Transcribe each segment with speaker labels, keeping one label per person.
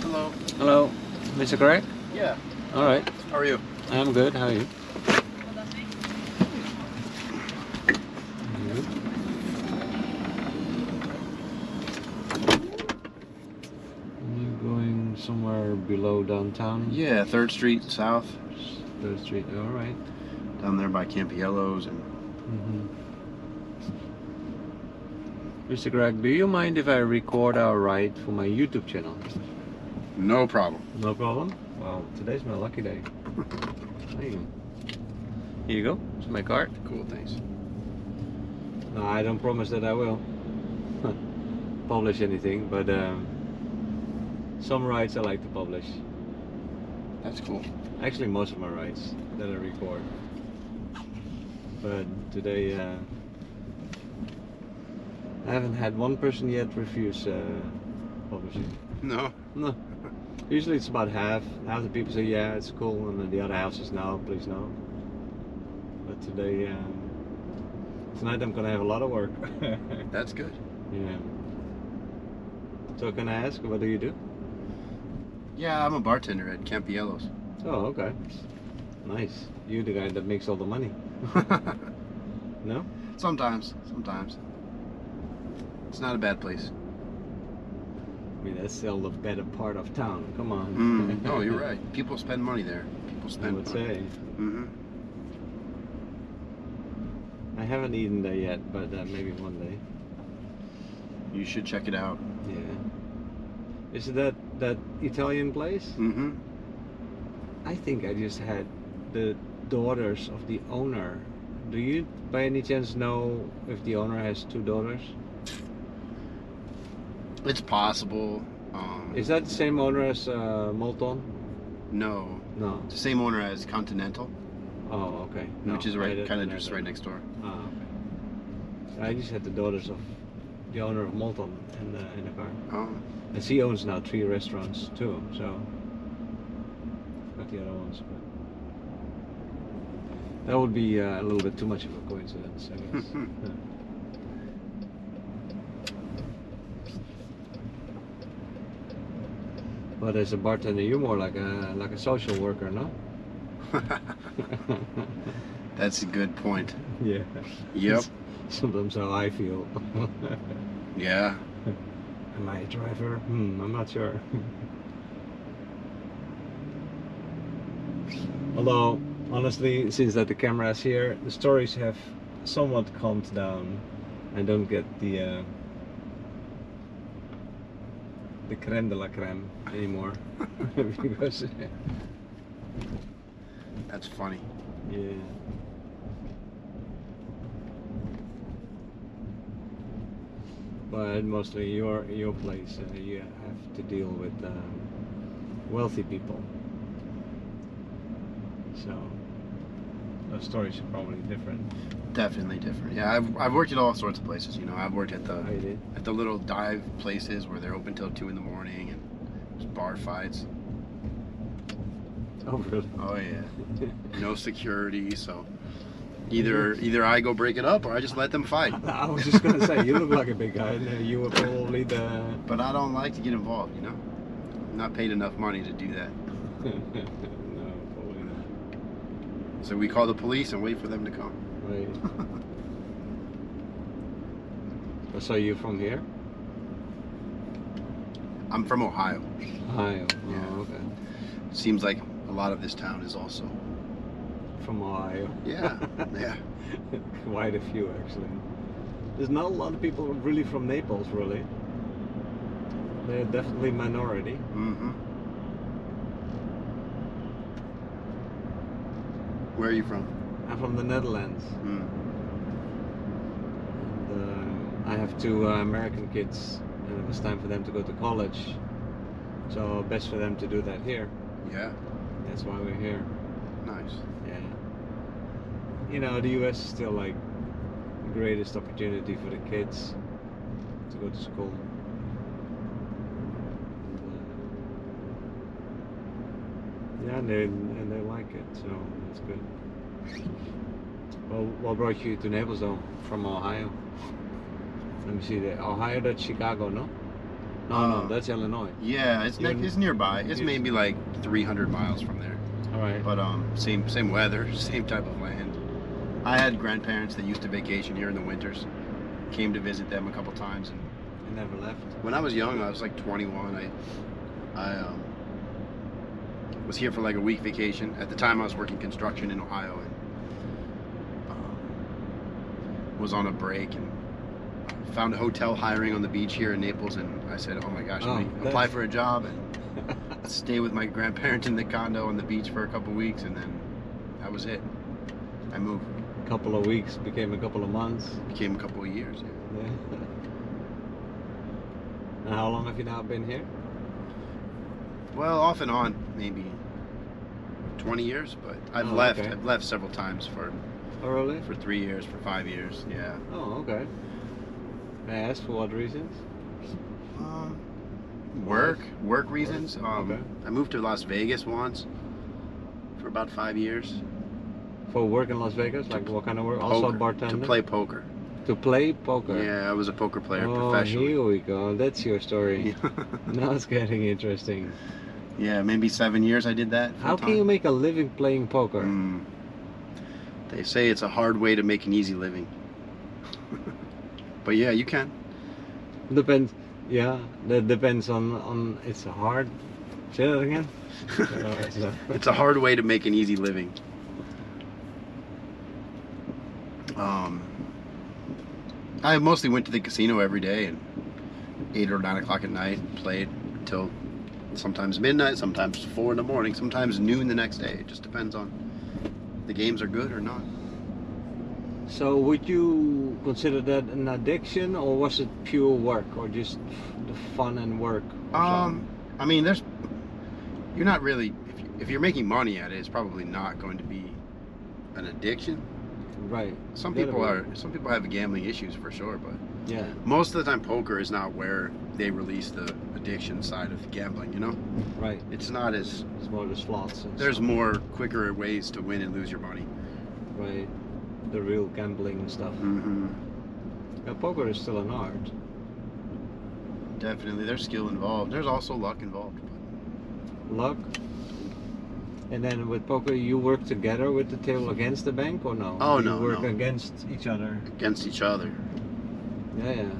Speaker 1: Hello.
Speaker 2: Hello, Mr. Greg.
Speaker 1: Yeah.
Speaker 2: All right,
Speaker 1: How are you?
Speaker 2: I'm good. How are you? You're going somewhere below downtown?
Speaker 1: Yeah, Third Street South,
Speaker 2: Third Street. All right.
Speaker 1: down there by Campiello's, and
Speaker 2: Mm-hmm. Mr. Greg, do you mind if I record our ride for my YouTube channel?
Speaker 1: no problem.
Speaker 2: No problem. Wow, today's my lucky day. Thank you. Here you go. It's my card.
Speaker 1: Cool, thanks.
Speaker 2: No, I don't promise that I will publish anything, but um, some rides I like to publish.
Speaker 1: That's cool.
Speaker 2: Actually, most of my rides that I record. But today, uh, I haven't had one person yet refuse uh, publishing.
Speaker 1: No.
Speaker 2: No. Usually it's about half. Half the people say, yeah, it's cool, and then the other half says, no, please no. But today, um, tonight I'm gonna have a lot of work.
Speaker 1: That's good.
Speaker 2: yeah. So can I ask, what do you do?
Speaker 1: Yeah, I'm a bartender at Campiello's.
Speaker 2: Oh, okay. Nice. You're the guy that makes all the money. No?
Speaker 1: sometimes, sometimes. It's not a bad place.
Speaker 2: I mean, that's still the better part of town. Come on.
Speaker 1: Mm. no, you're right. People spend money there. People
Speaker 2: I
Speaker 1: spend
Speaker 2: would
Speaker 1: money.
Speaker 2: say.
Speaker 1: hmm
Speaker 2: I haven't eaten there yet, but uh, maybe one day.
Speaker 1: You should check it out.
Speaker 2: Yeah. Is it that that Italian place?
Speaker 1: Mm-hmm.
Speaker 2: I think I just had the daughters of the owner. Do you by any chance know if the owner has two daughters?
Speaker 1: It's possible. Um,
Speaker 2: Is that the same owner as uh, Molton?
Speaker 1: no,
Speaker 2: No.
Speaker 1: it's the same owner as Continental,
Speaker 2: Oh, okay. No,
Speaker 1: which is
Speaker 2: I
Speaker 1: right,
Speaker 2: didn't
Speaker 1: kind of
Speaker 2: know
Speaker 1: just
Speaker 2: that.
Speaker 1: right next door.
Speaker 2: Ah, okay. I just had the daughters of the owner of Molton in the, in the car.
Speaker 1: Oh,
Speaker 2: And she owns now three restaurants too, so not the other ones. But that would be uh, a little bit too much of a coincidence, I guess. Yeah. But as a bartender, you're more like a like a social worker, no?
Speaker 1: Oh. that's a good point.
Speaker 2: yeah.
Speaker 1: Yep.
Speaker 2: Sometimes how I feel.
Speaker 1: Yeah.
Speaker 2: Am I a driver? Hmm, I'm not sure. Although, honestly, since that the camera is here, the stories have somewhat calmed down. I don't get the uh, the creme de la creme anymore because
Speaker 1: That's funny.
Speaker 2: yeah. But mostly your your place, uh, you have to deal with um, wealthy people. So those stories are probably different.
Speaker 1: Definitely different. Yeah, I've, I've worked at all sorts of places. You know, I've worked at the
Speaker 2: I did.
Speaker 1: at the little dive places where they're open till two in the morning and just bar fights.
Speaker 2: Oh really?
Speaker 1: Oh yeah, no security. So either either I go break it up or I just let them fight.
Speaker 2: I was just gonna say you look like a big guy. and, uh, You were probably the
Speaker 1: But I don't like to get involved. You know, I'm not paid enough money to do that.
Speaker 2: no, probably not.
Speaker 1: So we call the police and wait for them to come.
Speaker 2: Right. so you from here?
Speaker 1: I'm from Ohio.
Speaker 2: Ohio.
Speaker 1: Yeah.
Speaker 2: Oh, okay.
Speaker 1: Seems like a lot of this town is also.
Speaker 2: From Ohio.
Speaker 1: Yeah, yeah.
Speaker 2: Quite a few, actually. There's not a lot of people really from Naples, really. They're definitely minority.
Speaker 1: Mm-hmm. Where are you from?
Speaker 2: I'm from the Netherlands.
Speaker 1: Mm.
Speaker 2: And, uh, I have two uh, American kids, and it was time for them to go to college. So best for them to do that here.
Speaker 1: Yeah,
Speaker 2: That's why we're here.
Speaker 1: nice.
Speaker 2: Yeah. You know, the US is still like the greatest opportunity for the kids to go to school. Yeah, and they, and they like it, so that's good. Well, what brought you to Naples though, from Ohio? Let me see, the Ohio to Chicago, no? No,
Speaker 1: Uh,
Speaker 2: no, that's Illinois.
Speaker 1: Yeah, it's ne-
Speaker 2: Even-
Speaker 1: it's nearby. It's
Speaker 2: Yes.
Speaker 1: maybe like 300 miles from there.
Speaker 2: All right.
Speaker 1: But um, same same weather, same type of land. I had grandparents that used to vacation here in the winters. Came to visit them a couple times, and
Speaker 2: I never left.
Speaker 1: when I was young, I was like 21. I, I um, was here for like a week vacation. At the time, I was working construction in Ohio and um, was on a break and found a hotel hiring on the beach here in Naples. And I said, "Oh my gosh,
Speaker 2: Oh,
Speaker 1: let me
Speaker 2: that's-
Speaker 1: apply for a job and stay with my grandparents in the condo on the beach for a couple weeks." And then that was it. I moved.
Speaker 2: A couple of weeks became a couple of months.
Speaker 1: Became a couple of years. yeah.
Speaker 2: Yeah. and how long have you now been here?
Speaker 1: Well, off and on, maybe 20 years, but I've
Speaker 2: Oh,
Speaker 1: left.
Speaker 2: okay.
Speaker 1: I've left several times for
Speaker 2: Oh, really?
Speaker 1: for three years, for five years. Yeah.
Speaker 2: Oh, okay. May I ask for what reasons?
Speaker 1: work, work reasons. Um,
Speaker 2: Um, Okay.
Speaker 1: I moved to Las Vegas once for about five years.
Speaker 2: For work in Las Vegas? Like what kind of work? Also
Speaker 1: Poker,
Speaker 2: bartender?
Speaker 1: to play poker.
Speaker 2: To play poker?
Speaker 1: Yeah, I was a poker player
Speaker 2: oh,
Speaker 1: professionally.
Speaker 2: here we go. That's your story. now it's getting interesting.
Speaker 1: yeah, maybe seven years I did that.
Speaker 2: How
Speaker 1: full
Speaker 2: can you
Speaker 1: time.
Speaker 2: make a living playing poker?
Speaker 1: Mm. They say it's a hard way to make an easy living. but yeah, you can.
Speaker 2: Depends. Yeah, that depends on on. It's hard. Say that again. No, it's not.
Speaker 1: It's a hard way to make an easy living. Um, I mostly went to the casino every day and eight or nine o'clock at night, played till sometimes midnight, sometimes four in the morning, sometimes noon the next day. It just depends on the games are good or not.
Speaker 2: So would you consider that an addiction, or was it pure work, or just the fun and work? or
Speaker 1: Um, I mean, there's you're not really if, you, if you're making money at it, it's probably not going to be an addiction.
Speaker 2: something? right.
Speaker 1: Some
Speaker 2: Gotta
Speaker 1: people
Speaker 2: be.
Speaker 1: are some people have gambling issues for sure, but
Speaker 2: Yeah.
Speaker 1: most of the time poker is not where they release the addiction side of gambling you know
Speaker 2: Right.
Speaker 1: it's not as
Speaker 2: It's more the slots. And
Speaker 1: there's more quicker ways to win and lose your money
Speaker 2: stuff, right. The real gambling and stuff.
Speaker 1: mm-hmm.
Speaker 2: Yeah, poker is still an art.
Speaker 1: definitely there's skill involved there's also luck involved
Speaker 2: Luck. And then with poker, you work together with the table against the bank, or no?
Speaker 1: Oh,
Speaker 2: you
Speaker 1: no,
Speaker 2: Work
Speaker 1: no.
Speaker 2: against each other.
Speaker 1: against each other
Speaker 2: Yeah, yeah.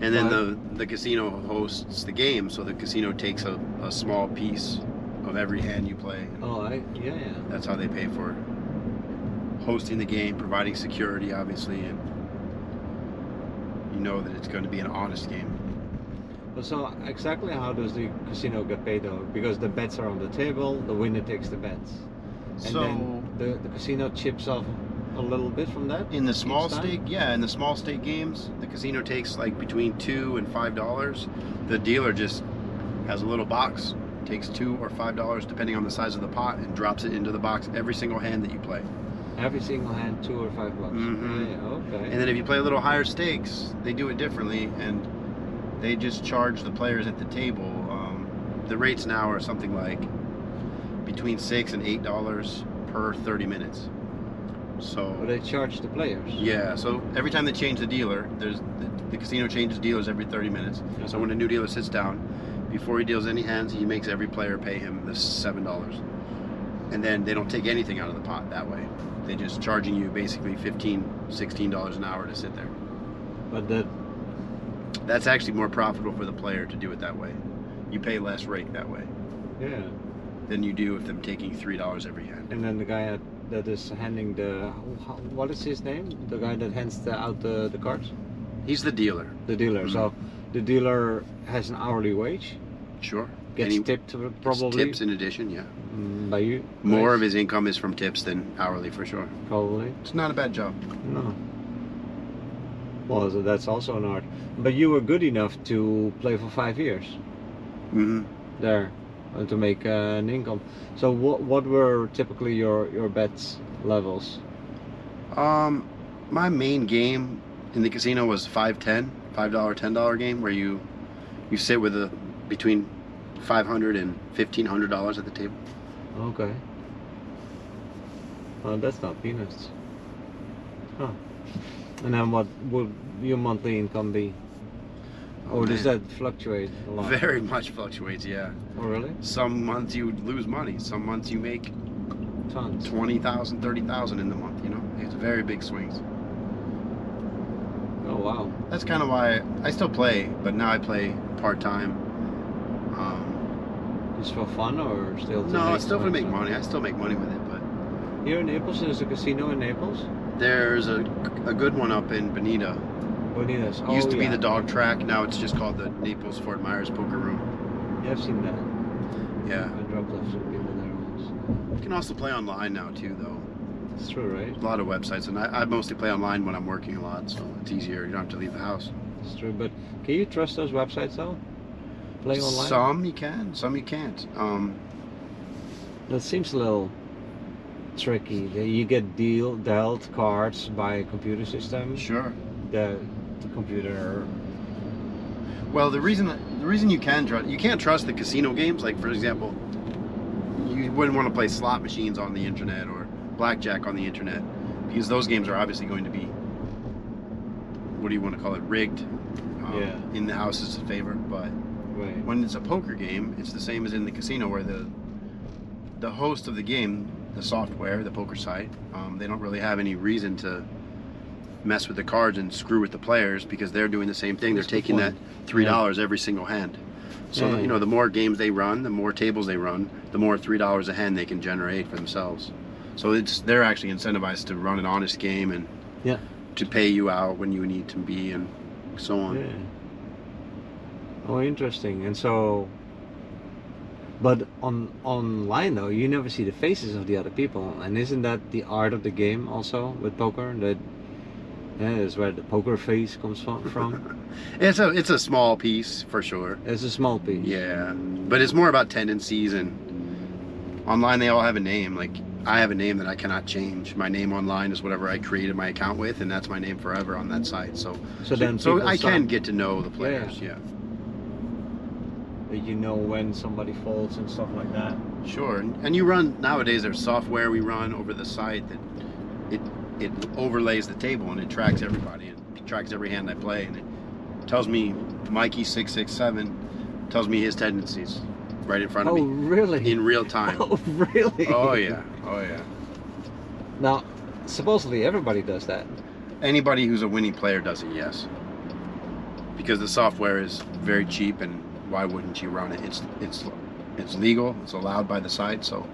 Speaker 1: and then the the casino hosts the game so the casino takes a, a small piece of every hand you play
Speaker 2: Oh, I yeah, yeah.
Speaker 1: that's how they pay for hosting the game providing security obviously and you know that it's going to be an honest game
Speaker 2: Well, So exactly how does the casino get paid though? Because the bets are on the table, the winner takes the bets, and then the, the casino chips off a little bit from that.
Speaker 1: In the small
Speaker 2: each time?
Speaker 1: stake, yeah, in the small stake games, the casino takes like between two and five dollars. The dealer just has a little box, takes two or five dollars depending on the size of the pot, and drops it into the box every single hand that you play.
Speaker 2: Every single hand, two or five bucks. Ah,
Speaker 1: Mhm.
Speaker 2: Yeah, yeah, okay.
Speaker 1: And then if you play a little higher stakes, they do it differently, and they just charge the players at the table. Um, the rates now are something like between six and eight dollars per thirty minutes. So
Speaker 2: But they charge the players.
Speaker 1: Yeah, so every time they change the dealer, there's the, the casino changes dealers every 30 minutes. So when a new dealer sits down, before he deals any hands, he makes every player pay him the seven dollars, and then they don't take anything out of the pot that way. They just charging you basically 15, 16 dollars an hour to sit there.
Speaker 2: But that
Speaker 1: That's actually more profitable for the player to do it that way. You pay less rate that way
Speaker 2: yeah.
Speaker 1: than you do if them taking three dollars every hand.
Speaker 2: And then the guy that, that is handing the how- what is his name? The guy that hands the, out the the cards.
Speaker 1: He's the dealer,
Speaker 2: The dealer. So
Speaker 1: Mm-hmm.
Speaker 2: the dealer has an hourly wage.
Speaker 1: sure.
Speaker 2: Gets
Speaker 1: he
Speaker 2: tipped uh,
Speaker 1: gets
Speaker 2: probably
Speaker 1: tips in addition, yeah.
Speaker 2: mm, by you.
Speaker 1: More
Speaker 2: guys,
Speaker 1: of his income is from tips than hourly for sure.
Speaker 2: probably.
Speaker 1: It's not a bad job.
Speaker 2: No. Well, so that's also an art. But you were good enough to play for five years
Speaker 1: hmm
Speaker 2: there and to make uh, an income. So what what were typically your your bets levels?
Speaker 1: Um, my main game in the casino was five ten, five dollar, ten dollar game where you you sit with a between five hundred and fifteen hundred dollars at the table.
Speaker 2: Okay. Well, Uh, that's not peanuts. Huh. And then what would your monthly income be? Or Oh, does
Speaker 1: man.
Speaker 2: that fluctuate a lot?
Speaker 1: Very much fluctuates, yeah.
Speaker 2: Oh, really?
Speaker 1: Some months you lose money, some months you make
Speaker 2: Tons.
Speaker 1: 20,000, 30,000 in the month, you know? It's very big swings.
Speaker 2: Oh, wow.
Speaker 1: That's kind of why I still play, but now I play part time. Um,
Speaker 2: Just for fun or still to
Speaker 1: no, it's still to
Speaker 2: some-
Speaker 1: make
Speaker 2: some-
Speaker 1: money. I still make money with it, but
Speaker 2: Here in Naples, there's a casino in Naples.
Speaker 1: there's a, a good one up in Bonita.
Speaker 2: Bonitas.
Speaker 1: It
Speaker 2: Oh,
Speaker 1: used to be
Speaker 2: yeah.
Speaker 1: the dog track, now it's just called the Naples Fort Myers Poker Room.
Speaker 2: Yeah, I've seen that.
Speaker 1: Yeah.
Speaker 2: I dropped off some people there once.
Speaker 1: You can also play online now, too, though.
Speaker 2: It's true, right?
Speaker 1: a lot of websites, and I, I mostly play online when I'm working a lot, so it's easier. You don't have to leave the house.
Speaker 2: It's true. But can you trust those websites though? Play online.
Speaker 1: Some you can, some you can't. Um,
Speaker 2: That seems a little tricky. That You get deal dealt cards by a computer system.
Speaker 1: sure.
Speaker 2: The, the computer.
Speaker 1: Well, the reason the reason you can trust you can't trust the casino games. Like for example, you wouldn't want to play slot machines on the internet or blackjack on the internet because those games are obviously going to be what do you want to call it rigged um,
Speaker 2: Yeah.
Speaker 1: in the house's favor, but.
Speaker 2: Right.
Speaker 1: when it's a poker game, it's the same as in the casino where the the host of the game, the software, the poker site, um, they don't really have any reason to mess with the cards and screw with the players because they're doing the same thing. They're
Speaker 2: That's a good
Speaker 1: taking that
Speaker 2: point.
Speaker 1: three dollars every single hand. So
Speaker 2: Yeah, yeah,
Speaker 1: you know, the more games they run, the more tables they run, the more three dollars a hand they can generate for themselves. So it's they're actually incentivized to run an honest game and
Speaker 2: Yeah.
Speaker 1: to pay you out when you need to be and so on.
Speaker 2: Yeah. Oh, interesting. And so, but on online though, you never see the faces of the other people, and isn't that the art of the game also with poker? That yeah, is where the poker face comes from. from.
Speaker 1: It's a it's a small piece for sure.
Speaker 2: it's a small piece.
Speaker 1: Yeah, but it's more about tendencies and online they all have a name. Like I have a name that I cannot change. My name online is whatever I created my account with, and that's my name forever on that site. So
Speaker 2: So then,
Speaker 1: so
Speaker 2: people
Speaker 1: I
Speaker 2: start-
Speaker 1: can get to know the players. Yeah,
Speaker 2: that you know when somebody falls and stuff like that.
Speaker 1: sure. And, and you run nowadays. There's software we run over the site that it it overlays the table and it tracks everybody and it tracks every hand I play and it tells me Mikey six six seven tells me his tendencies right in front of
Speaker 2: Oh,
Speaker 1: me
Speaker 2: really?
Speaker 1: in real time.
Speaker 2: oh, really?
Speaker 1: Oh yeah, oh yeah.
Speaker 2: Now, supposedly everybody does that.
Speaker 1: Anybody who's a winning player does it, yes. Because the software is very cheap, and why wouldn't you run it? It's it's it's legal. It's allowed by the site, so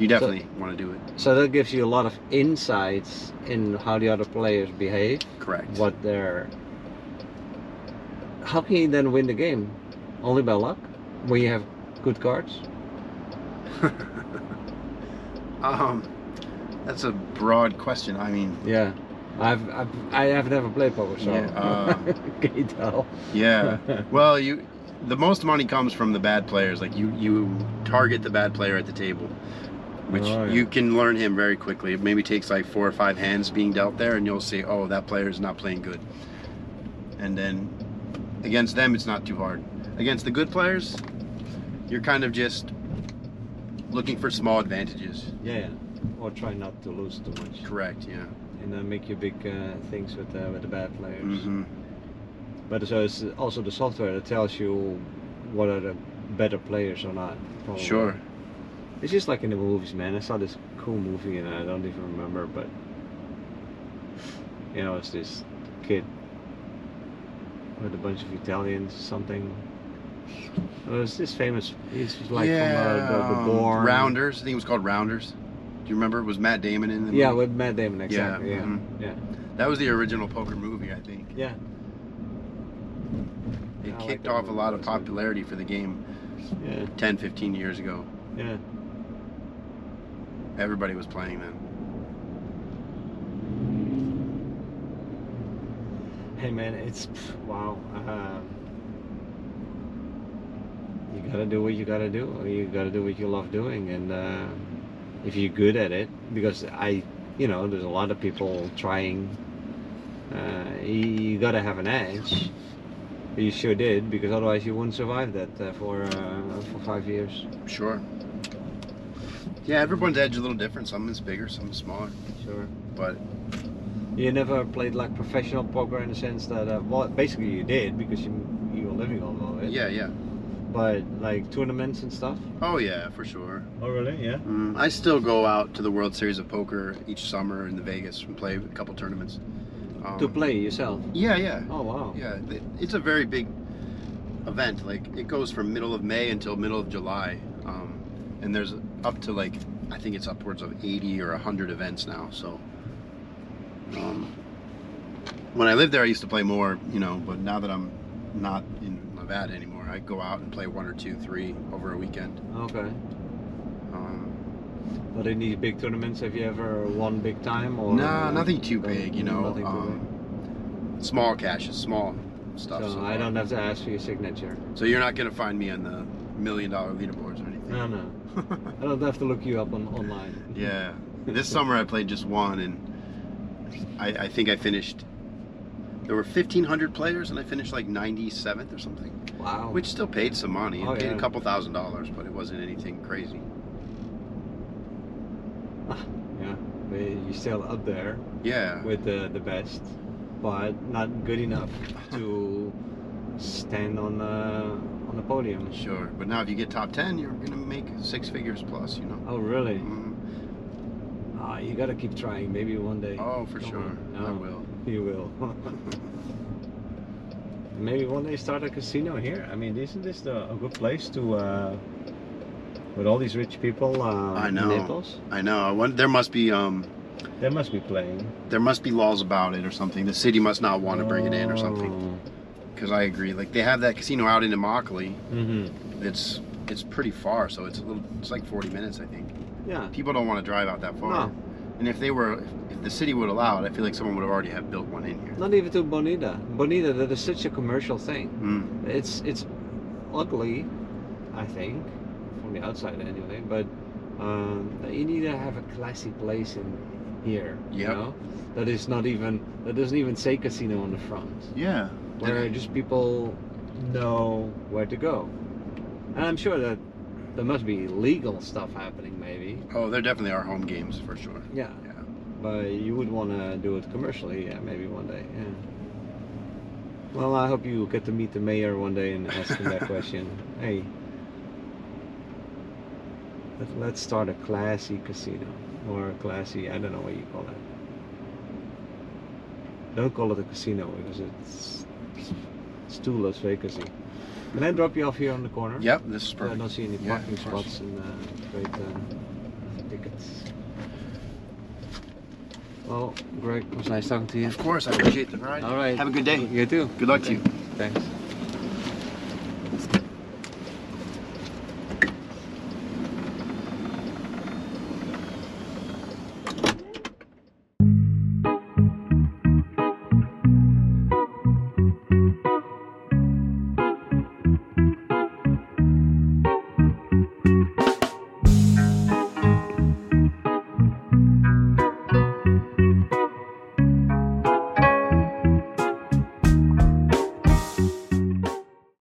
Speaker 1: you definitely want to do it.
Speaker 2: So that gives you a lot of insights in how the other players behave.
Speaker 1: Correct.
Speaker 2: what they're how can you then win the game only by luck when you have good cards
Speaker 1: Um, that's a broad question. I mean,
Speaker 2: yeah I've, I've I have never played poker so
Speaker 1: Yeah, uh,
Speaker 2: can you tell
Speaker 1: yeah. Well, you the most money comes from the bad players. Like you you target the bad player at the table, which
Speaker 2: Oh, yeah.
Speaker 1: you can learn him very quickly. It maybe takes like four or five hands being dealt there, and you'll see, oh, that player is not playing good. And then against them, it's not too hard. Against the good players, you're kind of just looking for small advantages.
Speaker 2: yeah yeah. or try not to lose too much
Speaker 1: Correct. Yeah.
Speaker 2: and then make your big uh, things with uh, with the bad players
Speaker 1: hmm
Speaker 2: but so it's also the software that tells you what are the better players or not probably.
Speaker 1: Sure.
Speaker 2: It's just like in the movies, man. I saw this cool movie and I don't even remember, but you know, it's this kid with a bunch of Italians or something. It was this famous. He's like from uh, the, the
Speaker 1: um,
Speaker 2: Bourne.
Speaker 1: Rounders. I think it was called Rounders. Do you remember? It was Matt Damon in the
Speaker 2: Yeah,
Speaker 1: movie?
Speaker 2: with Matt Damon, exactly. Yeah, yeah.
Speaker 1: mhm. That was the original poker movie, I think.
Speaker 2: Yeah.
Speaker 1: It
Speaker 2: I like
Speaker 1: kicked
Speaker 2: that
Speaker 1: off a
Speaker 2: movie.
Speaker 1: lot of
Speaker 2: That's good.
Speaker 1: popularity for the game
Speaker 2: yeah,
Speaker 1: 10, 15 years ago.
Speaker 2: yeah.
Speaker 1: Everybody was playing then.
Speaker 2: Hey, man, it's pff, wow. Uh, you gotta do what you gotta do. or You gotta do what you love doing, and uh, if you're good at it, because I, you know, there's a lot of people trying. Uh, you, you gotta have an edge. You sure did, because otherwise you wouldn't survive that uh, for uh, for five years.
Speaker 1: Sure. Yeah, everyone's edge is a little different. Some is bigger, some is smaller.
Speaker 2: Sure.
Speaker 1: But
Speaker 2: You never played like professional poker in the sense that, uh, well, basically you did because you you it.
Speaker 1: Yeah, yeah.
Speaker 2: But like tournaments and stuff.
Speaker 1: Oh yeah, for sure.
Speaker 2: Oh really? Yeah.
Speaker 1: Mm, I still go out to the World Series of Poker each summer in the Vegas and play a couple tournaments. Um,
Speaker 2: To play yourself.
Speaker 1: Yeah, yeah,
Speaker 2: Oh wow.
Speaker 1: yeah. It- It's a very big event. Like it goes from middle of May until middle of July, um, and there's up to like I think it's upwards of 80 or 100 events now. So um, when I lived there, I used to play more, you know. But now that I'm not in Nevada anymore, I go out and play one or two, three over a weekend.
Speaker 2: Okay.
Speaker 1: Um,
Speaker 2: But in these big tournaments, have you ever won big time or?
Speaker 1: No, nothing too big, you know.
Speaker 2: Nothing too
Speaker 1: Um, small caches, small
Speaker 2: big.
Speaker 1: stuff.
Speaker 2: So I don't have to ask for your signature.
Speaker 1: So you're not gonna find me on the million dollar leaderboards or anything.
Speaker 2: No, no. I don't have to look you up on online.
Speaker 1: yeah. This summer I played just one, and I, I think I finished. There were 1,500 players, and I finished like 97th or something,
Speaker 2: Wow.
Speaker 1: which still paid some money. It
Speaker 2: Oh,
Speaker 1: paid
Speaker 2: yeah.
Speaker 1: a couple thousand dollars, but it wasn't anything crazy.
Speaker 2: yeah, but you're still up there
Speaker 1: Yeah.
Speaker 2: with the the best, but not good enough to stand on the on the podium.
Speaker 1: Sure. But now if you get top 10, you're gonna make six figures plus. You know.
Speaker 2: Oh really?
Speaker 1: Mhm.
Speaker 2: Ah, you gotta keep trying. Maybe one day.
Speaker 1: Oh, for
Speaker 2: Come
Speaker 1: sure.
Speaker 2: on.
Speaker 1: I
Speaker 2: No.
Speaker 1: will.
Speaker 2: You will. Maybe one day start a casino here. I mean, isn't this the, a good place to, uh, with all these rich people, uh,
Speaker 1: I
Speaker 2: in
Speaker 1: know.
Speaker 2: Naples?
Speaker 1: I know. I wonder, there must be um.
Speaker 2: They must be playing.
Speaker 1: there must be laws about it or something. The city must not want to bring it in or
Speaker 2: Oh.
Speaker 1: something. Because I agree. Like they have that casino out in Immokalee.
Speaker 2: Mm-hmm.
Speaker 1: It's it's pretty far, so it's a little. It's like 40 minutes, I think.
Speaker 2: Yeah.
Speaker 1: People don't want to drive out that far.
Speaker 2: No.
Speaker 1: And if they were, if the city would allow it, I feel like someone would have already have built one in here.
Speaker 2: Not even to Bonita. Bonita, that is such a commercial thing.
Speaker 1: Mm.
Speaker 2: It's it's ugly, I think, from the outside anyway. But um, you need to have a classy place in here. You
Speaker 1: Yep.
Speaker 2: know? That is not even that doesn't even say casino on the front.
Speaker 1: Yeah.
Speaker 2: where just people know where to go. And I'm sure that there must be legal stuff happening, maybe.
Speaker 1: Oh, there definitely are home games for sure.
Speaker 2: Yeah.
Speaker 1: Yeah.
Speaker 2: But you would want to do it commercially, yeah, maybe one day. Yeah. Well, I hope you get to meet the mayor one day and ask him that question. Hey, let, let's start a classy casino or a classy, I don't know what you call it. Don't call it a casino because it's, it's too Las Vegas. Can I drop you off here on the corner?
Speaker 1: Yep. This is
Speaker 2: I
Speaker 1: perfect.
Speaker 2: don't see any
Speaker 1: Yeah,
Speaker 2: parking
Speaker 1: of course.
Speaker 2: spots and uh, great uh, tickets. Well, Greg, it was nice talking to you.
Speaker 1: Of course, I appreciate the ride.
Speaker 2: All right.
Speaker 1: Have a good day.
Speaker 2: You too.
Speaker 1: Good luck to you.
Speaker 2: Thanks.